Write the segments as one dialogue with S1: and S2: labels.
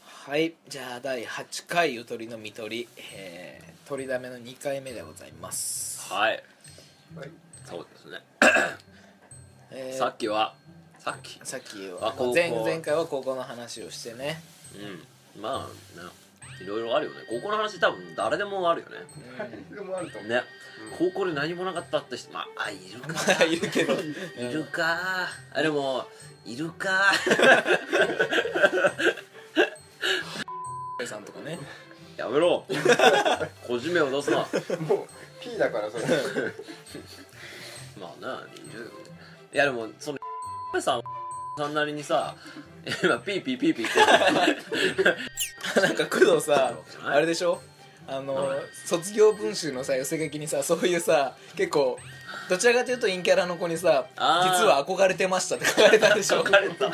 S1: はいじゃあ第8回ゆとりのみとり、えー、取りだめの2回目でございます、
S2: はい
S3: はい、
S2: そうですね、
S1: えー
S2: さっきはさっき
S1: さっき
S2: あ
S1: は
S2: 高校
S1: 前前回は高校の話をしてね、
S2: うんまあねいろいろあるよね高校の話多分誰でもあるよね
S3: でもあると思う。
S2: ね、高校で何もなかったって人まああいるか
S1: まあ いるけど
S2: いるかあでもいるか
S1: さんとかね
S2: やめろ個人名を出すな
S3: もう P だからそれ。
S2: まあないるよねいやでもその さんさんなりにさ今ピーピーピーピーって
S1: なんか工藤さ
S2: はい
S1: あれでしょあの、
S2: はい
S1: 卒業文集のさ寄せ書きにさそういうさ結構どちらかというと陰キャラの子にさ「実
S2: あー
S1: は憧れてました」って書かれたでしょ
S2: 書かれた書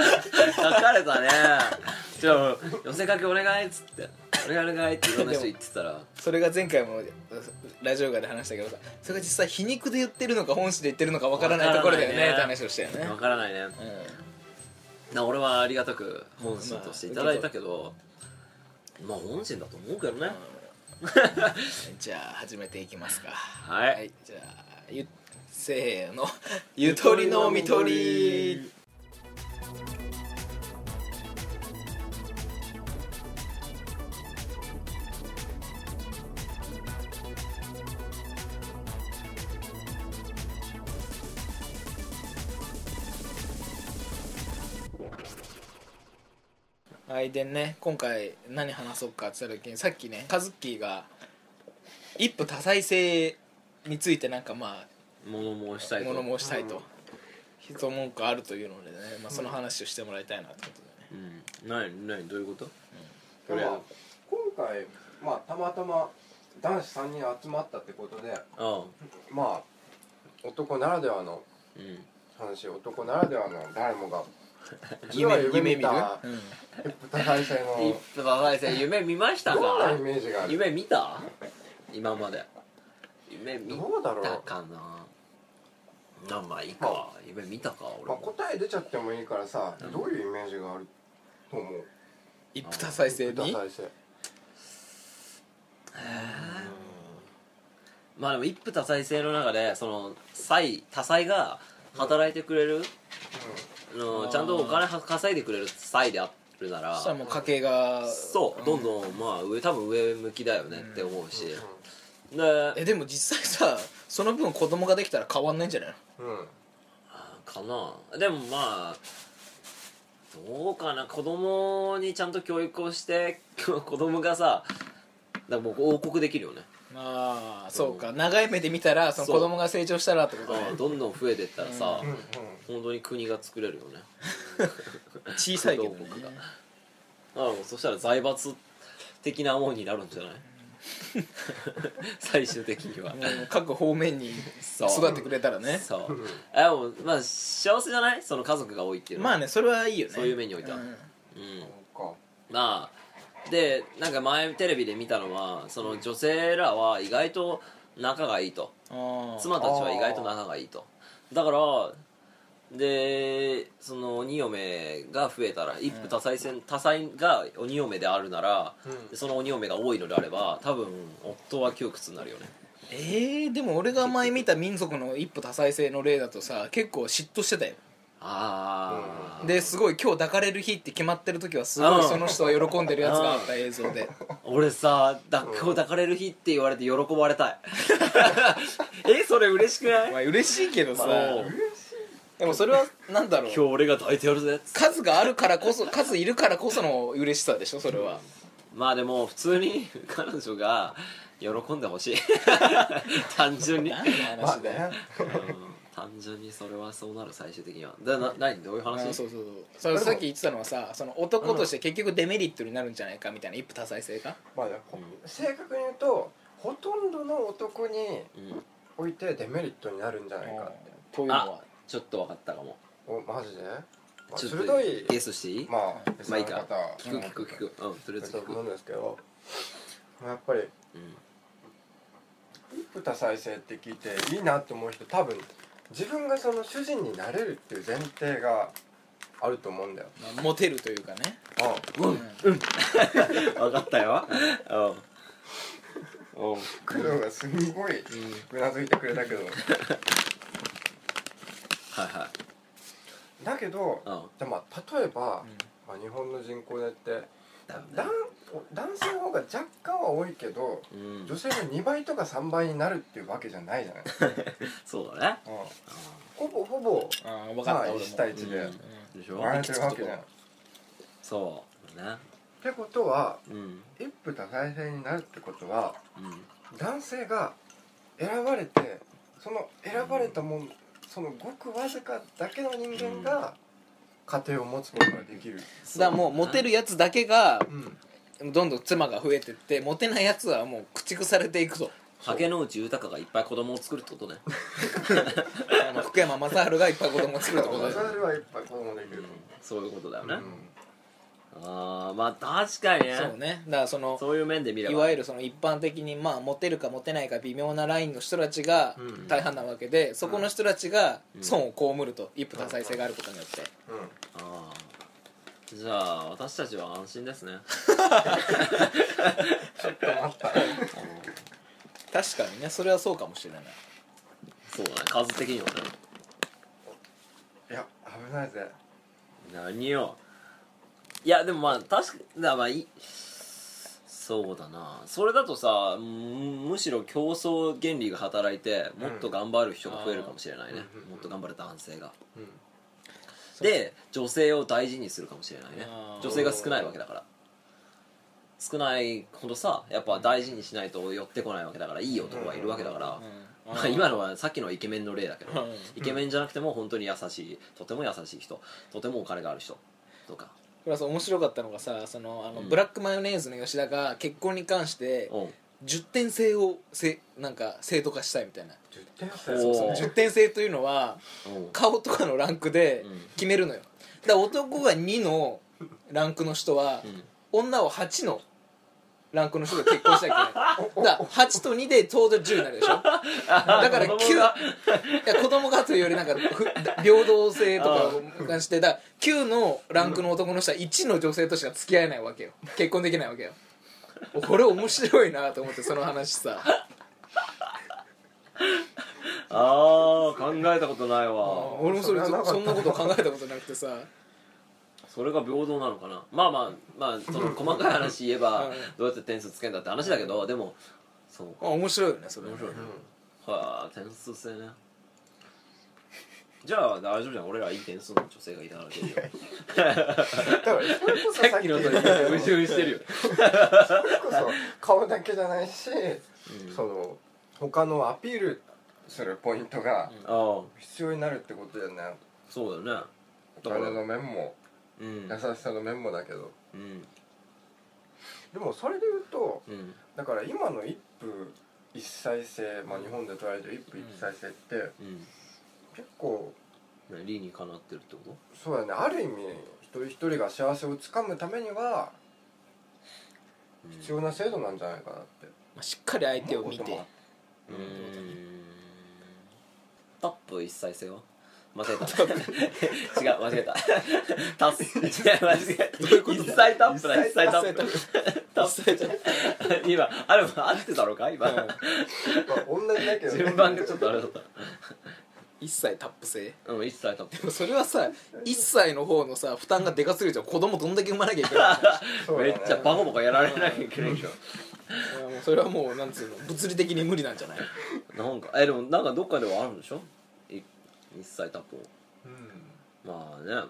S2: かれたねじゃあ寄せ書きお願いっつってお願いお願いっていろんな人言ってたら
S1: それが前回もラジオガで話したけどさそれが実際皮肉で言ってるのか本心で言ってるのかわからないところだよね
S2: わ
S1: っ
S2: か
S1: て
S2: らないね
S1: 話をしたよね
S2: わからないねな俺はありがたく本心としていただいたけど、まあ本心だと思うけどね、
S1: うんじゃあ始めていきますか
S2: は
S1: は
S2: い、
S1: いじゃあゆせーの「ゆとりのみとり」はいでね今回何話そうかって言った時にさっきねカズッキーが一夫多妻制についてなんかま
S2: 物申した
S1: あ
S2: いと
S1: 物申したいと一文句あるというのでね、まあ、その話をしてもらいたいなってことでね
S2: うん何何どういうこと
S3: まあ今回まあたまたま男子三人集まったってことで、
S2: ああ
S3: まあ男ならではの
S2: うん
S3: 話、男ならではの誰もが一度は
S1: 夢
S3: 夢
S1: 夢
S3: 見
S1: 見る、
S3: た
S1: うん
S3: 舞台戦
S2: 一
S3: の
S2: 夫多妻制夢見ました
S3: どんな
S2: か
S3: イメージがある。
S2: 夢見た今まで夢見
S3: どうだろう
S2: た。かななまあいいか夢見たか俺
S3: ま
S2: も
S3: あ答え出ちゃってもいいからさ、どういうイメージがあると思う。
S1: 一夫多妻制
S3: 舞
S1: に
S3: 台戦。
S2: まあでも一夫多妻制の中でその妻多妻が働いてくれる、あの
S1: あー
S2: ちゃんとお金は稼いでくれる妻であるなら
S1: そしたらもう家計が
S2: そう、どんどんまあ上多分上向きだよねって思うし、で
S1: えでも実際さその分子供ができたら変わんないんじゃないの
S3: うん。うん。
S2: かなでもまあどうかな子供にちゃんと教育をして 子供がさだからもう王国できるよね
S1: ああそうか長い目で見たらその子供が成長したらってことね
S2: どんどん増えてったらさ、
S3: うんうん。
S2: 本当に国が作れるよね
S1: 小さいけど、ね
S2: 小道、国があもうそしたら財閥的なもんになるんじゃない最終的には、
S1: うん各方面に育ってくれたらね
S2: そうあもうまあ幸せじゃないその家族が多いっていうの
S1: ま
S2: は
S1: あねそれはいいよね
S2: そういう目においては
S1: ん
S2: うん
S3: そ
S2: まあでなんか前テレビで見たのはその女性らは意外と仲がいいと
S1: ああ
S2: 妻たちは意外と仲がいいとだからでその鬼嫁が増えたら一夫多妻制、多妻が鬼嫁であるなら、
S3: うん
S2: でその鬼嫁が多いのであれば多分夫は窮屈になるよね
S1: えー、でも俺が前見た民族の一夫多妻制の例だとさ結構嫉妬してたよ
S2: ああ、
S1: ですごい今日抱かれる日って決まってる時はすごいその人は喜んでるやつがあった映像で
S2: 俺さ抱っこ抱かれる日って言われて喜ばれたい えそれ嬉しくない
S1: まあ嬉しいけどさ
S2: そう
S1: でもそれはなんだろ
S2: 今日
S1: う
S2: 俺が抱いてやるぜっつって
S1: 数があるからこそ数いるからこその嬉しさでしょそれは
S2: まあでも普通に 彼女が喜んでほしい 単 純に、うん
S1: 何の話だよ、
S2: 単純にそれはそうなる最終的にはだな何どういう
S1: あそう
S2: 話
S1: そうそうそれさっき言ってたのはさその男として結局デメリットになるんじゃないかみたいな一夫多妻制が
S3: まあね、ほ正確に言うとほとんどの男に
S2: うん
S3: おいてデメリットになるんじゃないかって
S1: というのは
S2: ちょっと分かったかも
S3: おマジで、まあ、
S2: ちょっ
S3: 鋭い
S2: とゲスしていい、
S3: まあ
S2: まあいい
S3: 別
S2: か
S3: の方
S2: 聞く聞く聞くうんとりあえ
S3: だ
S2: ず
S3: と
S2: 聞く、
S3: 思うんですけどまあやっぱり
S2: うん
S3: 一夫多妻制って聞いていいなって思う人多分自分がその主人になれるっていう前提があると思うんだよ
S1: まあモテるというかね
S3: あ
S2: 分かったようんうん
S3: 工藤がすんごいうなずいてくれたけど
S2: はいはい
S3: だけど
S2: うん
S3: でまあ例えば、
S1: うん
S3: まあ、日本の人口でって
S2: だよね
S3: 男男性の方が若干は多いけど
S2: うん
S3: 女性が2倍とか3倍になるっていうわけじゃないじゃない、うん、
S2: そうだね
S3: ほぼほぼ
S1: ああ分
S3: ま
S1: かっ
S3: あ
S1: た俺
S3: 1
S1: も
S3: 対1で
S2: うんでしょ
S3: 割られてるわけじゃんっ
S2: そうだね
S3: てことは
S2: うん
S3: 一夫多妻制になるってことは
S2: うん
S3: 男性が選ばれてその選ばれたもん、そのごくわずかだけの人間が家庭を持つことができる、
S1: だからもうモテるやつだけが
S3: うん、
S1: どんどん妻が増えてってモテないやつはもう駆逐されていくと
S2: 竹野内豊がいっぱい子供を作るってことね
S1: あの福山雅治がいっぱい子供作るって ことだよ
S3: それはいっぱい子供できると思
S2: そういうことだよ
S3: う、
S2: ねああまあ確かにね
S1: そうねだからその
S2: そういう面で見れば
S1: いわゆ
S2: る
S1: るその一般的にまあモテるかモテないか微妙なラインの人たちが
S3: うん
S1: 大半なわけで、そこの人たちが
S2: うん
S1: 損を被ると一夫多妻制があることによって、
S3: うんうん
S2: ああじゃあ私たちは安心ですね
S1: 確かにねそれはそうかもしれない
S2: そうだね数的にはね
S3: いや危ないぜ
S2: 何よいやでもまあ確かだまあいそうだなそれだとさむむしろ競争原理が働いてもっと頑張る人が増えるかもしれないね、
S3: うん
S2: もっと頑張る男性が
S3: うん
S2: で女性を大事にするかもしれないね
S1: あー
S2: 女性が少ないわけだから少ないほどさやっぱ大事にしないと寄ってこないわけだからいい男がいるわけだから、まあ、今のはさっきのイケメンの例だけど、
S1: うん
S2: イケメンじゃなくても本当に優しいとても優しい人とてもお金がある人とか
S1: これはさ面白かったのがさそのあの、
S2: うん
S1: ブラックマヨネーズの吉田が結婚に関して
S2: うん
S1: 10点制をせなんか正当化したいみたいな
S3: 10点
S2: おー
S1: そう10点制というのは
S2: うん
S1: 顔とかのランクで
S2: うん
S1: 決めるのよだから男が2のランクの人は、
S2: うん
S1: 女を8のランクの人が結婚したいけないだから8と2でちょうど10になるでしょだから9
S2: 子供
S1: い
S2: が
S1: や子供がというよりなんかふ平等性とかを関してだから9のランクの男の人は1の女性としか付き合えないわけよ結婚できないわけよこれ面白いなと思ってその話さ
S2: ああ考えたことないわ
S1: 俺もそれ
S3: それはなか
S1: そ
S3: った
S1: そんなこと考えたことなくてさ
S2: それが平等なのかなまあまあまあその細かい話言えば
S1: うん
S2: どうやって点数つけんだって話だけどでもそう
S1: あ面白いよねそれ
S2: 面白いね
S3: うん
S2: はあ点数制ねじゃあ大丈夫じゃん俺らいい点数の女性がいたから 大丈夫よ
S3: だからそれこそさっきの
S2: う
S3: それ
S2: じうじしてるよ
S3: こそ顔だけじゃないし、
S2: ん
S3: その他のアピールするポイントが
S2: ああ
S3: 必要になるってことだよね
S2: そうだよね
S3: お金の面も
S2: うん
S3: 優しさの面もだけど
S2: うん
S3: でもそれで言うと
S2: うん
S3: だから今の一夫一妻制、まあ、日本で捉えてる一夫一妻制って
S2: うん
S3: 結構
S2: 何理にかなってるってこ
S3: そうだねある意味一人一人が幸せをつかむためには
S2: と
S3: 必要な制度なんじゃないかなって
S1: まあしっかり相手を見
S3: 思うこと
S1: て
S3: もあっ
S2: うんタップ一再生は間違えた 違う間違えた タップ違う間違えた一再タップだ一再タップタップ 今あれ合ってたのか今、
S3: まあ同じだけどね
S2: 順番がちょっとあれだっ
S1: 一切タップ制
S2: たうん一切タップ
S1: でもそれはさ1歳の方のさ負担がでかすぎるじゃん子供どんだけ産まなきゃいけないの
S3: そうだ
S2: め
S3: ね
S2: っちゃバコバコやられなきゃいけないでしょ
S1: い やもうそれはもうなんつうの物理的に無理なんじゃない
S2: なんかえでもなんかどっかではあるんでしょい一切タップ
S3: うん
S2: まあね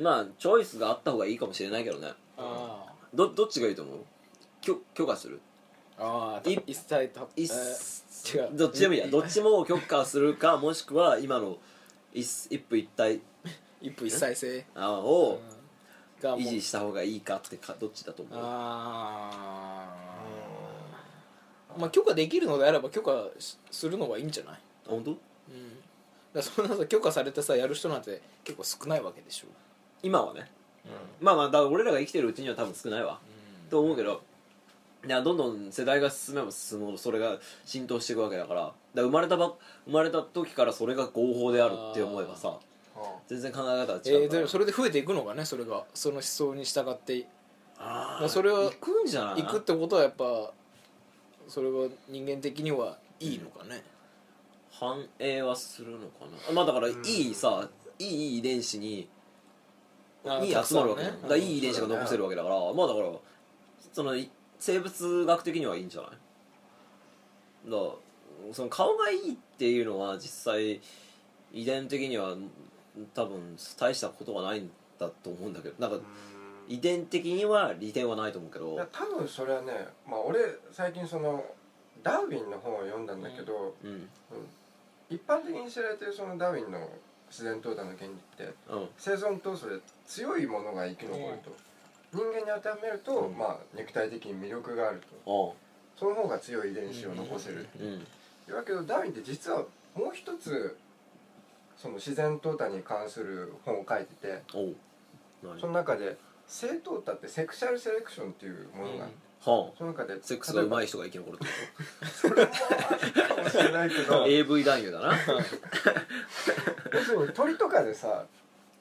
S2: まあチョイスがあった方がいいかもしれないけどね
S1: あ
S2: どどっちがいいと思うきょ許可する
S1: あ一切タップ
S2: 一
S1: えー違う
S2: どっちでもいいやどっちも許可するかもしくは今の一一夫一体
S1: 一夫一妻制
S2: あを
S1: が
S2: 維
S1: もう
S2: 持した方がいいかってかどっちだと思う
S1: ああまあ許可できるのであれば許可しするのはいいんじゃない
S2: 本当
S1: うんだからそんなさ許可されてさやる人なんて結構少ないわけでしょ
S2: 今はねまあまあだから俺らが生きてるうちには多分少ないわと思うけどいやどんどん世代が進めば進むほどそれが浸透していくわけだからだから生まれたば生まれた時からそれが合法であるって思えばさ
S3: あ
S2: 全然考え方は
S1: え
S2: 違
S1: ー
S2: うから、
S1: でもそれで増えていくのがねそれがその思想に従って
S2: あ
S1: ま
S2: あ
S1: あそれは
S2: 行くんじゃない
S1: いくってことはやっぱそれは人間的にはいいのかね、
S2: 反映はするのかなまあだからい
S3: うん
S2: いさ、いい遺伝子に
S1: あー
S2: いい集まるわけじゃん、
S1: たくさんね
S2: だからいい遺伝子が残せるわけだからまあだからそのい生物学的にはいいんじゃないだからその顔がいいっていうのは実際遺伝的には多分大したことはないんだと思うんだけどなんか遺伝的には利点はないと思うけ
S3: い
S2: ど
S3: や多分それはねまあ俺最近そのダーウィンの本を読んだんだけど、
S2: うんうん
S3: 一般的に知られてるそのダーウィンの自然淘汰の原理って生存闘争で強いものが生き残ると、人間に当てはめると、
S2: うん
S3: まあ肉体的に魅力があると
S2: あ
S3: その方が強い遺伝子を残せる、
S2: あうん
S3: だけどダーウィンって実はもう一つその自然淘汰に関する本を書いてて
S2: おう
S3: その中で性淘汰ってセクシャルセレクションっていうものがあ
S2: はあ
S3: って、その中で
S2: セックスが上手い
S3: 人
S2: 人が生き残るってこ
S3: それもあるかもしれないけ
S2: と
S3: ど
S2: AV 男優だな
S3: 要するに鳥とかでさ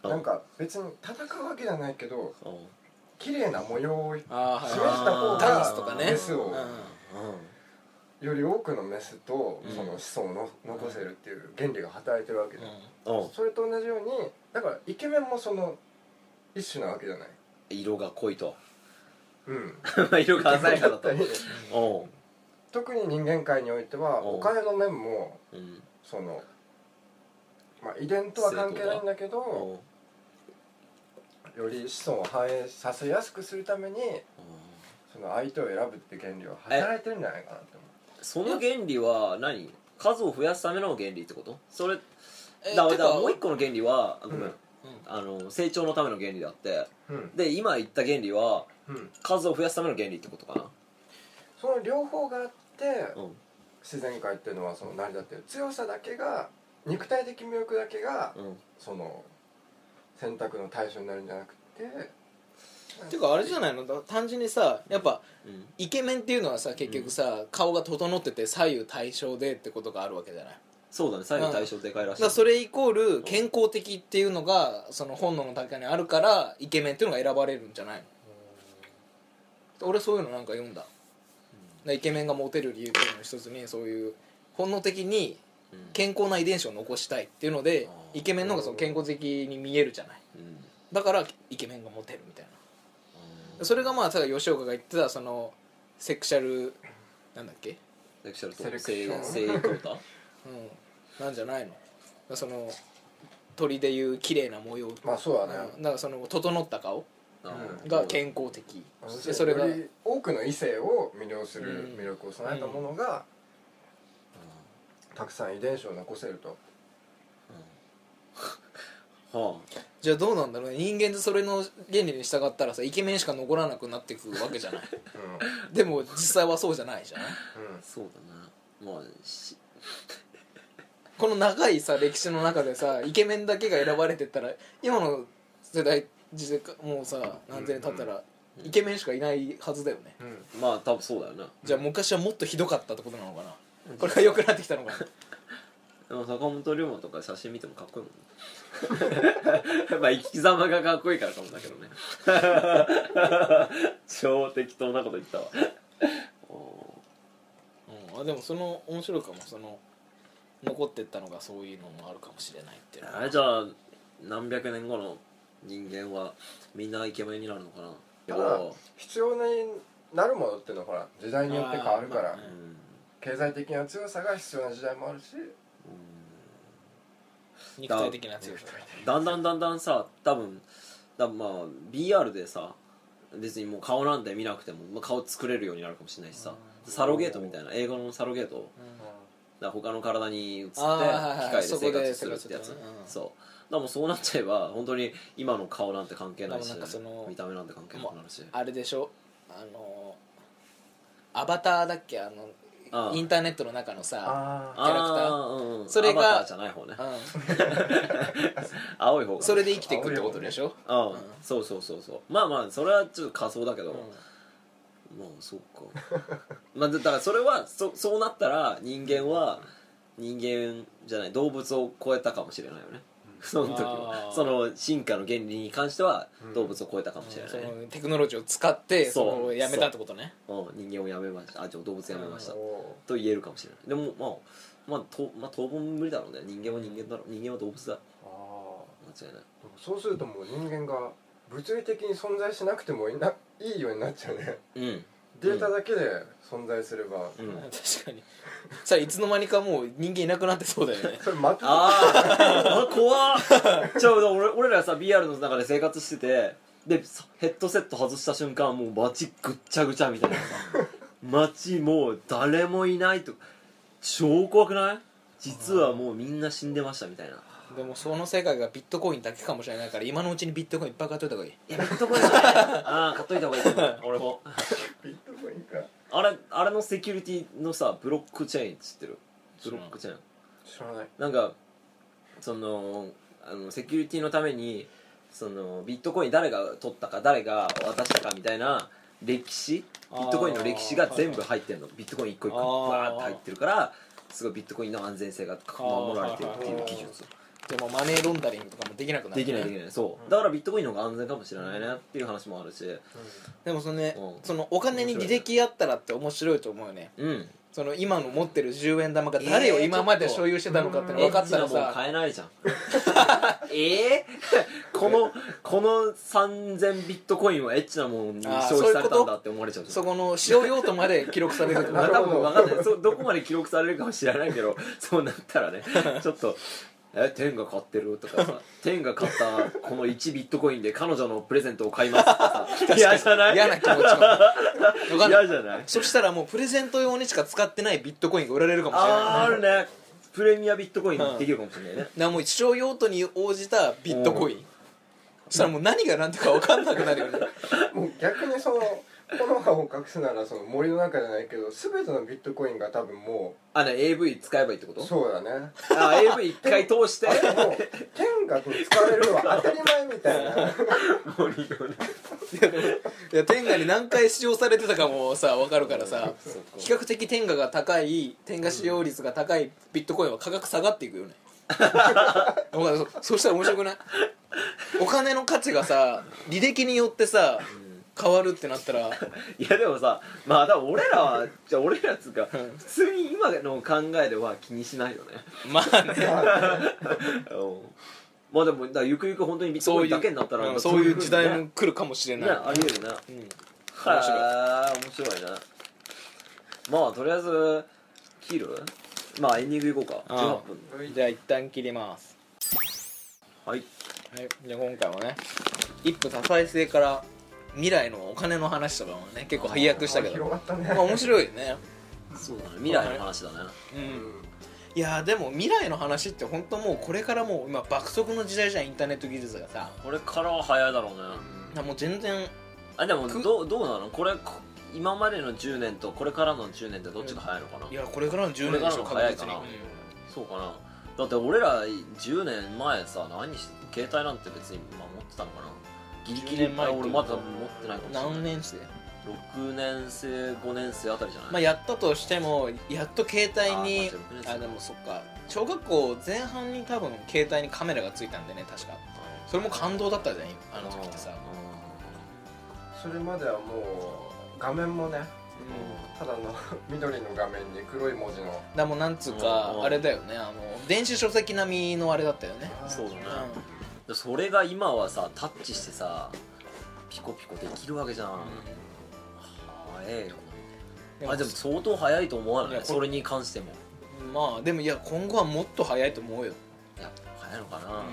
S2: うん
S3: なんか別に戦うわけじゃないけど
S2: うん
S3: 綺麗な模様をよ
S1: あ
S3: 示した方が
S1: ダンスとかね
S3: メスを
S1: うん
S3: り多くのメスと
S2: うん
S3: その子孫をの残せるっていう原理が働いてるわけじゃん
S2: うんうん
S3: それと同じようにだからイケメンもその一種なわけじゃない
S2: 色が濃いと
S3: うん
S2: 色が鮮やかだとお
S3: 特に人間界においては
S2: うん
S3: お金の面も
S2: ううん
S3: そのまあ遺伝とは関係ないんだけど
S2: おう
S3: より子孫を繁栄させやすくするために
S2: お
S3: その相手を選ぶって原理は働いてるんじゃないかなって思う
S2: うその原理は何数を増やすための原理ってことそれ
S1: え
S2: だ
S1: て
S2: から
S1: か
S2: もう一個の原理はごめん、
S3: うん
S2: あの成長のための原理であって
S3: うん
S2: で今言った原理は
S3: うん
S2: 数を増やすための原理ってことか
S3: その両方があって
S2: なうん
S3: 自然界っていうのはその成り立ってる強さだけが肉体的魅力だけが
S2: うん
S3: その選択の対象になるんじゃなくて
S1: てかあれじゃないのだ単純にさやっぱ
S2: うん
S1: イケメンっていうのはさ結局さ、顔が整ってて左右対称でってことがあるわけじゃない
S2: そうだね左右対称でかいら
S1: だ
S2: しい
S1: からそれイコール健康的っていうのがその本能の高いにあるからイケメンっていうのが選ばれるんじゃないの俺そういうのなんか読んだだからイケメンがモテる理由っていうのの一つにそういう本能的に
S2: うん
S1: 健康な遺伝子を残したいっていうので
S2: あー
S1: イケメンの方がその健康的に見えるじゃない
S2: うん
S1: だからイケメンがモテるみたいなそれがまあただ吉岡が言ってたそのセクシャルなんだっけ
S2: セクシャルと
S3: セレクション
S2: 性性淘汰
S1: うんなんじゃないのだからその鳥でいう綺麗な模様
S3: まあそうだね
S1: うんだからその整った顔
S2: うん
S1: が健康的でそれが
S3: より多くの異性を魅了する
S1: うん
S3: 魅力を備えたものがたくさん遺伝子を残せると
S2: うん は
S1: じゃあどうなんだろうね人間ってそれの原理に従ったらさイケメンしか残らなくなっていくわけじゃない
S3: う
S1: でも実際はそうじゃないじゃない
S3: ん
S2: あそうだなまあし
S1: この長いさ歴史の中でさイケメンだけが選ばれてったら今の世代時代かもうさ何千年経ったらイケメンしかいないはずだよね
S3: うんうん
S2: まあ多分そうだよな
S1: じゃあ昔はもっとひどかったってことなのかなこれが良くなってきたのかな
S2: でも坂本龍馬とか写真見てもかっこいいもんね まあ生き様がかっこいいからかもだけどね 超適当なこと言ったわお
S1: うん、あでもその面白いかもその残ってったのがそういうのもあるかもしれないっていうの
S2: ー
S1: は
S2: あれじゃあ何百年後の人間はみんなイケメンになるのかな
S3: ただ
S2: お
S3: 必要になるものっていうのはほら時代によって変わるか
S1: あ
S3: ら
S1: ー
S2: ーうん
S3: 経済的な強さが必要な時代もあるし
S1: 肉体的な強さ
S2: だんだんだんだんさ多分だまあ BR でさ別にもう顔なんて見なくても、まあ、顔作れるようになるかもしれないしさサロゲートみたいな映画のサロゲートだから他の体に移って機
S1: あーはいはい
S2: 械で生活するって
S1: そこで生
S2: やつ
S1: 活するねうん
S2: そうだからもうそうなっちゃえば本当に今の顔なんて関係ないし
S1: でもなんかその
S2: 見た目なんて関係なくなるし
S1: あれでしょあのアバターだっけあの
S2: ああ
S1: インターネットの中のさ、
S3: あ
S1: キャラクター
S2: あー、うんうん、
S1: それが
S2: アバターじゃない方ね
S1: う
S2: 青い方
S1: ん、
S2: が
S1: それで生きていくってことでしょ、
S2: ああ、そうそうそうそうまあまあそれはちょっと仮想だけど、
S1: うん
S2: まあそっか まあだからそれはそそうなったら人間は人間じゃない動物を超えたかもしれないよねその時は
S4: あー
S2: その進化の原理に関しては
S3: うん
S2: 動物を超えたかもしれ
S4: うん
S2: ないね、
S1: テクノロジーを使って
S2: そう
S1: そのやめたってことね
S2: うん人間をやめましたあじゃあ動物やめました、
S3: おお
S2: と言えるかもしれないでもまあまあと、まあ、当分無理だろうね人間は人間だろう人間は動物だ
S3: ーあ
S2: 間違いない
S3: ーでもそうするともう人間が物理的に存在しなくてもいないいようになっちゃうね
S2: うん
S3: データだけで存在すれば、
S2: うん
S1: 確かにさあいつの間にかもう人間いなくなってそうだ よね
S3: それまた
S2: あーあ 怖っちょうど俺俺らさ BR の中で生活しててでさヘッドセット外した瞬間もう街ぐっちゃぐちゃみたいなさ街もう誰もいないと超怖くない実はもうみんな死んでましたみたいな
S1: でもその世界がビットコインだけかもしれないから今のうちにビットコインいっぱい買っといた方がいい
S2: いやめっと怖いな ああ買っといた方がいいと思う俺も
S3: ビットコインか
S2: あれあれのセキュリティのさブロックチェーン知ってるブロックチェーン
S3: 知らない
S2: なんかそのあのセキュリティのためにそのビットコイン誰が取ったか誰が渡したかみたいな歴史ビ
S4: あー
S2: ットコインの歴史が全部入ってるのビットコイン一個一個
S4: あー
S2: バーって入ってるからすごいビットコインの安全性が守られてるっていう技術
S1: でもマネーロンダリングとかもできなくなる
S2: できないできないそうだからビットコインの方が安全かもしれないねっていう話もあるし
S1: でもそのね
S2: うん
S1: そのお金に履歴あったらって面白いと思うよね
S2: うん
S1: その今の持ってる10円玉が誰を
S2: えー
S1: 今まで所有してたのかっての分かったら
S2: エッチなも
S1: さ
S2: ん買えないじ ゃんえー、 このこの3000ビットコインはエッチなもんに消費されたんだって思われちゃうじゃん
S1: そこの使用用途まで記録される
S2: まあ、
S3: な
S2: 多
S3: るほ
S2: 分分
S3: ど
S2: かんないそどこまで記録されるかも知らないけどそうなったらねちょっと「え天が買ってる?」と かさ「天が買ったこの1ビットコインで彼女のプレゼントを買います」と かさ 嫌じゃない
S1: 嫌な気持ちが分かんない
S2: 嫌じゃない
S1: そしたらもうプレゼント用にしか使ってないビットコインが売られるかもしれない
S2: あーあるねプレミアビットコインできるかもしれないね、
S1: なもう一生用途に応じたビットコインそしたらもう何が何だか分かんなくなるよね
S3: もう逆にそのこの葉を隠すならその森の中じゃないけど全てのビットコインが多分も
S2: あの AV 使えばいいってこ
S3: う
S2: と
S3: そうだね
S2: あ AV 一回通 して
S3: あともう天下に使われるのは当たり前みたい
S1: い
S3: な
S1: や天下に何回使用されてたかもさ分かるからさ
S2: そっか
S1: 比較的天下が高い天下使用率が高いビットコインは価格下がっていく よねわかるそそしたら面白くないお金の価値がさ履歴によってさ変わるってなったら
S2: いやでもさまあだから俺らはじゃあ俺らっつうか普通に今の考えでは気にしないよね
S1: まあね
S2: うんまあでもだからゆくゆく本 当にビットコインだけになったら
S1: うんそういう時代
S2: ね
S1: も来るかもしれない、
S2: あり得るね
S1: うん白い
S2: はあ面白いねまあとりあえず切るまあエンディングいこう
S1: あ
S2: か
S1: あ
S2: 18分
S1: じゃあ一旦切ります
S2: はい
S1: はいじゃあ今回はね一夫多妻制から未来のお金の話とかもね結構配役したけど
S3: 広がったね
S1: まあ面白いよね
S2: そうだね未来の話だね
S1: う
S3: うんん
S1: いやーでも未来の話って本当もうこれからもう今爆速の時代じゃんインターネット技術がさだか
S2: これからは早いだろうね
S1: らもう全然
S2: あでも
S1: く
S2: どうどうなのこれこ今までの10年とこれからの10年ってどっちが早いのかな、
S1: いやこれからの10
S2: こ
S1: 年
S2: れか
S1: で
S2: ら
S1: しょ
S2: の
S1: 確
S2: 早い
S1: 実
S2: か
S1: に
S2: な、そうかなだって俺ら10年前さ何して携帯なんて別に、まあ、持ってたのかなギリギ
S1: 10
S2: リ
S1: 年前って
S2: 俺まだ持ってないか
S1: う
S2: も
S1: ん
S2: しれない
S1: 何年生
S2: 6年生5年生あたりじゃない、
S1: まあやったとしてもやっと携帯に
S2: あーまあじゃあ
S1: あでもそっか小学校前半に多分携帯にカメラがついたんでね確かそれも感動だったじゃんあの時ってさ
S3: それまではもう画面もねただの 緑の画面に黒い文字の
S1: だもうなんつう
S2: う
S1: か
S2: ん
S1: あれだよねあの電子書籍並みのあれだったよね
S2: そうだね
S1: う、
S2: でそれが今はさタッチしてさピコピコできるわけじゃん、
S1: ん
S2: 早いよなあでも相当早いと思わない
S1: いやこ
S2: それに関しても
S1: まあでもいや今後はもっと早いと思うよ
S2: いや早いのかな、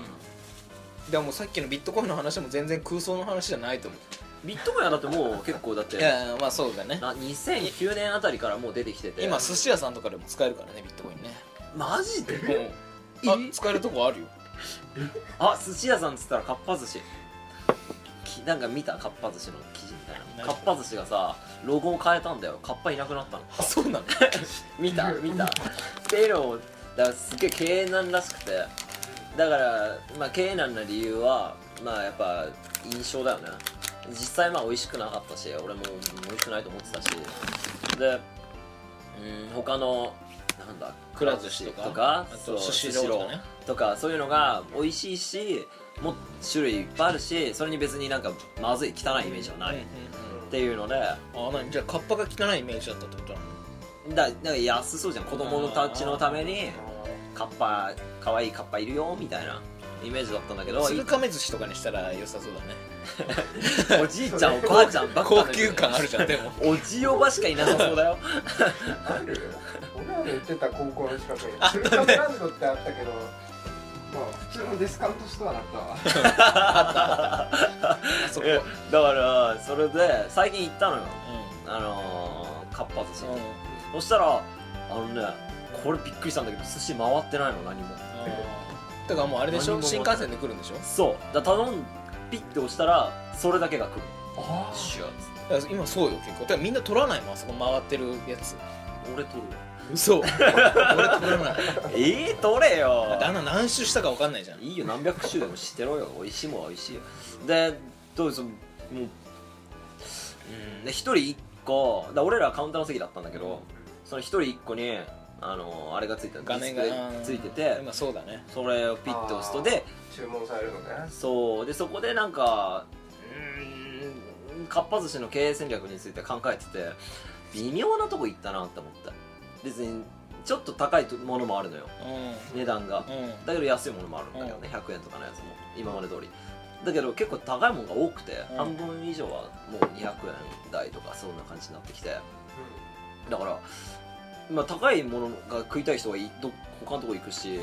S1: でももうさっきのビットコインの話も全然空想の話じゃないと思
S2: ビットコインはだってもう結構だっ
S1: う
S2: て
S1: いやいやまあそうだね
S2: な2009年あたりからもう出てきてて
S1: 今寿司屋さんとかでも使えるからねビットコインね
S2: マジで
S1: あ
S2: え
S1: 使えるとこあるよ
S2: あ寿司屋さんっつったらかっぱ寿司きなんか見たかっぱ寿司の記事みたいな
S1: 何
S2: かっぱ寿司がさロゴを変えたんだよかっぱいなくなったの
S1: あそうなの
S2: 見た見たっていうのをだからすっげえ経営難らしくてだから、まあ、経営難な理由はまあやっぱ印象だよね実際まあ美味しくなかったし俺も美味しくないと思ってたしでうん他のなんだ
S1: くら寿司とか
S2: とか
S1: あ
S2: そう
S1: とスシ
S2: スシロ
S1: ロー
S2: ー
S1: とかね
S2: とかそういうのが美味しいしもう種類いっぱいあるしそれに別になんかまずい汚いイメージはない、っ
S1: う
S2: ていうので
S1: んうんあ何じゃあカッパが汚いイメージだったってことなの
S2: だだから安そうじゃん子供たちのためにカッパ可愛いカッパいるよみたいなイメージだったんだけど
S1: 鶴亀寿司とかにしたら良さそうだね
S2: おじいちゃんおばあちゃんばっか
S1: 高
S2: だけど
S1: 級感あるじゃんでも
S2: おじいおばしかいなさそうだよ
S3: ある俺らの行ってた高校の近くにスルカムランドってあったけどまあ普通のディスカウントストアだった わ
S1: あそこ
S2: えだからそれで最近行ったのよ
S1: う
S2: あのー、かっぱ寿司、
S1: んうん
S2: そしたらあのねこれびっくりしたんだけど寿司回ってないの何も
S1: だからもうあれでし
S2: 何
S1: ょ
S2: も
S1: 新幹線で来るんでしょ
S2: そうだから頼んピッて押したらそれだけが来る
S3: あ
S2: シュッ
S1: だから今そうよ結構だからみんな取らないもんあそこ回ってるやつ
S2: 俺取る
S1: 嘘俺取らない
S2: ええー、取れよ
S1: だってあんな何周したか分かんないじゃん
S2: いいよ何百種でもしてろよ美味しいもんは美味しいよでどうですもううんで1人1個だ俺らはカウンターの席だったんだけどその1人1個にあのあれがついてた
S1: 画面が
S2: ディスプレイついてて
S1: 今そうだね
S2: それをピッて押すとで
S3: 注文されるのね
S2: そうでそこでなんかうーんかっぱ寿司の経営戦略について考えてて微妙なとこ行ったなって思った別にちょっと高いものもあるのよ
S1: う
S2: 値段が
S1: んうん
S2: だけど安いものもあるんだけどね、100円とかのやつも今まで通りだけど結構高いものが多くて、
S1: うん
S2: 半分以上はもう200円台とかそんな感じになってきてだから、まあ、高いものが食いたい人はいど他のとこ行くし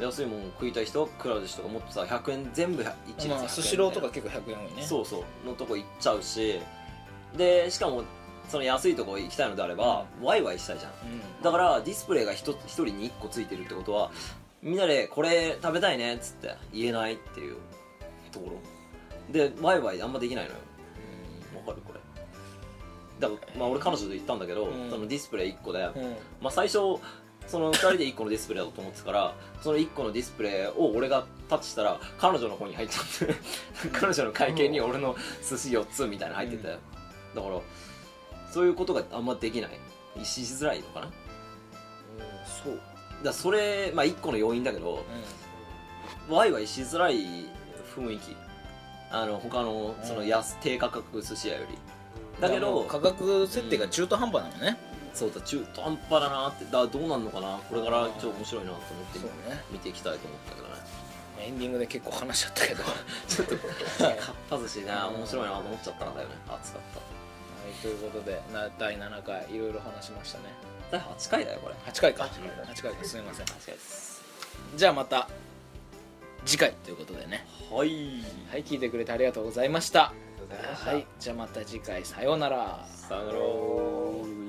S2: 安いもの食いたい人はくら寿司とかもっとさ100円全部1律100円みたい
S1: ま
S2: な
S1: あスシローとか結構100円多いね
S2: そうそうのとこ行っちゃうしでしかもその安いとこ行きたいのであれば、ワイワイしたいじゃん
S1: うん
S2: だからディスプレイが 1, 人に1個ついてるってことはみんなで「これ食べたいね」っつって言えないっていうところでワイワイあんまできないのよわかるこれだから、まあ、俺彼女と行ったんだけど、
S1: うん
S2: そのディスプレイ1個で、
S1: うん
S2: まあ、最初その2人で1個のディスプレイだと思ってたからその1個のディスプレイを俺がタッチしたら彼女の方に入っちゃって彼女の会計に俺の寿司4つみたいなの入ってて、
S1: う
S2: だからそういうことがあんまできないししづらいのかなだか
S1: そう
S2: らそれまあ1個の要因だけどワイワイしづらい雰囲気あの他のその安、低価格寿司屋よりだけど
S1: 価格設定が中途半端なのね
S2: そうだ中途半端だなってだからどうなんのかなこれからちょっと面白いなと思って
S1: そうね
S2: 見ていきたいと思ったけどね
S1: エンディングで結構 話しちゃったけどはい
S2: ちょっとかっぱ寿司ね
S1: うん
S2: 面白いなと思っちゃったんだよね熱かった
S1: ということでな第7回いろいろ話しましたね
S2: 第8回だよこれ
S1: 8回か8回かすみません
S2: 8回です
S1: じゃあまた次回ということでね
S2: はい
S1: はい聞いてくれてありがとうございました
S3: ありがとうございました
S1: はいじゃあまた次回さようなら
S2: さよなら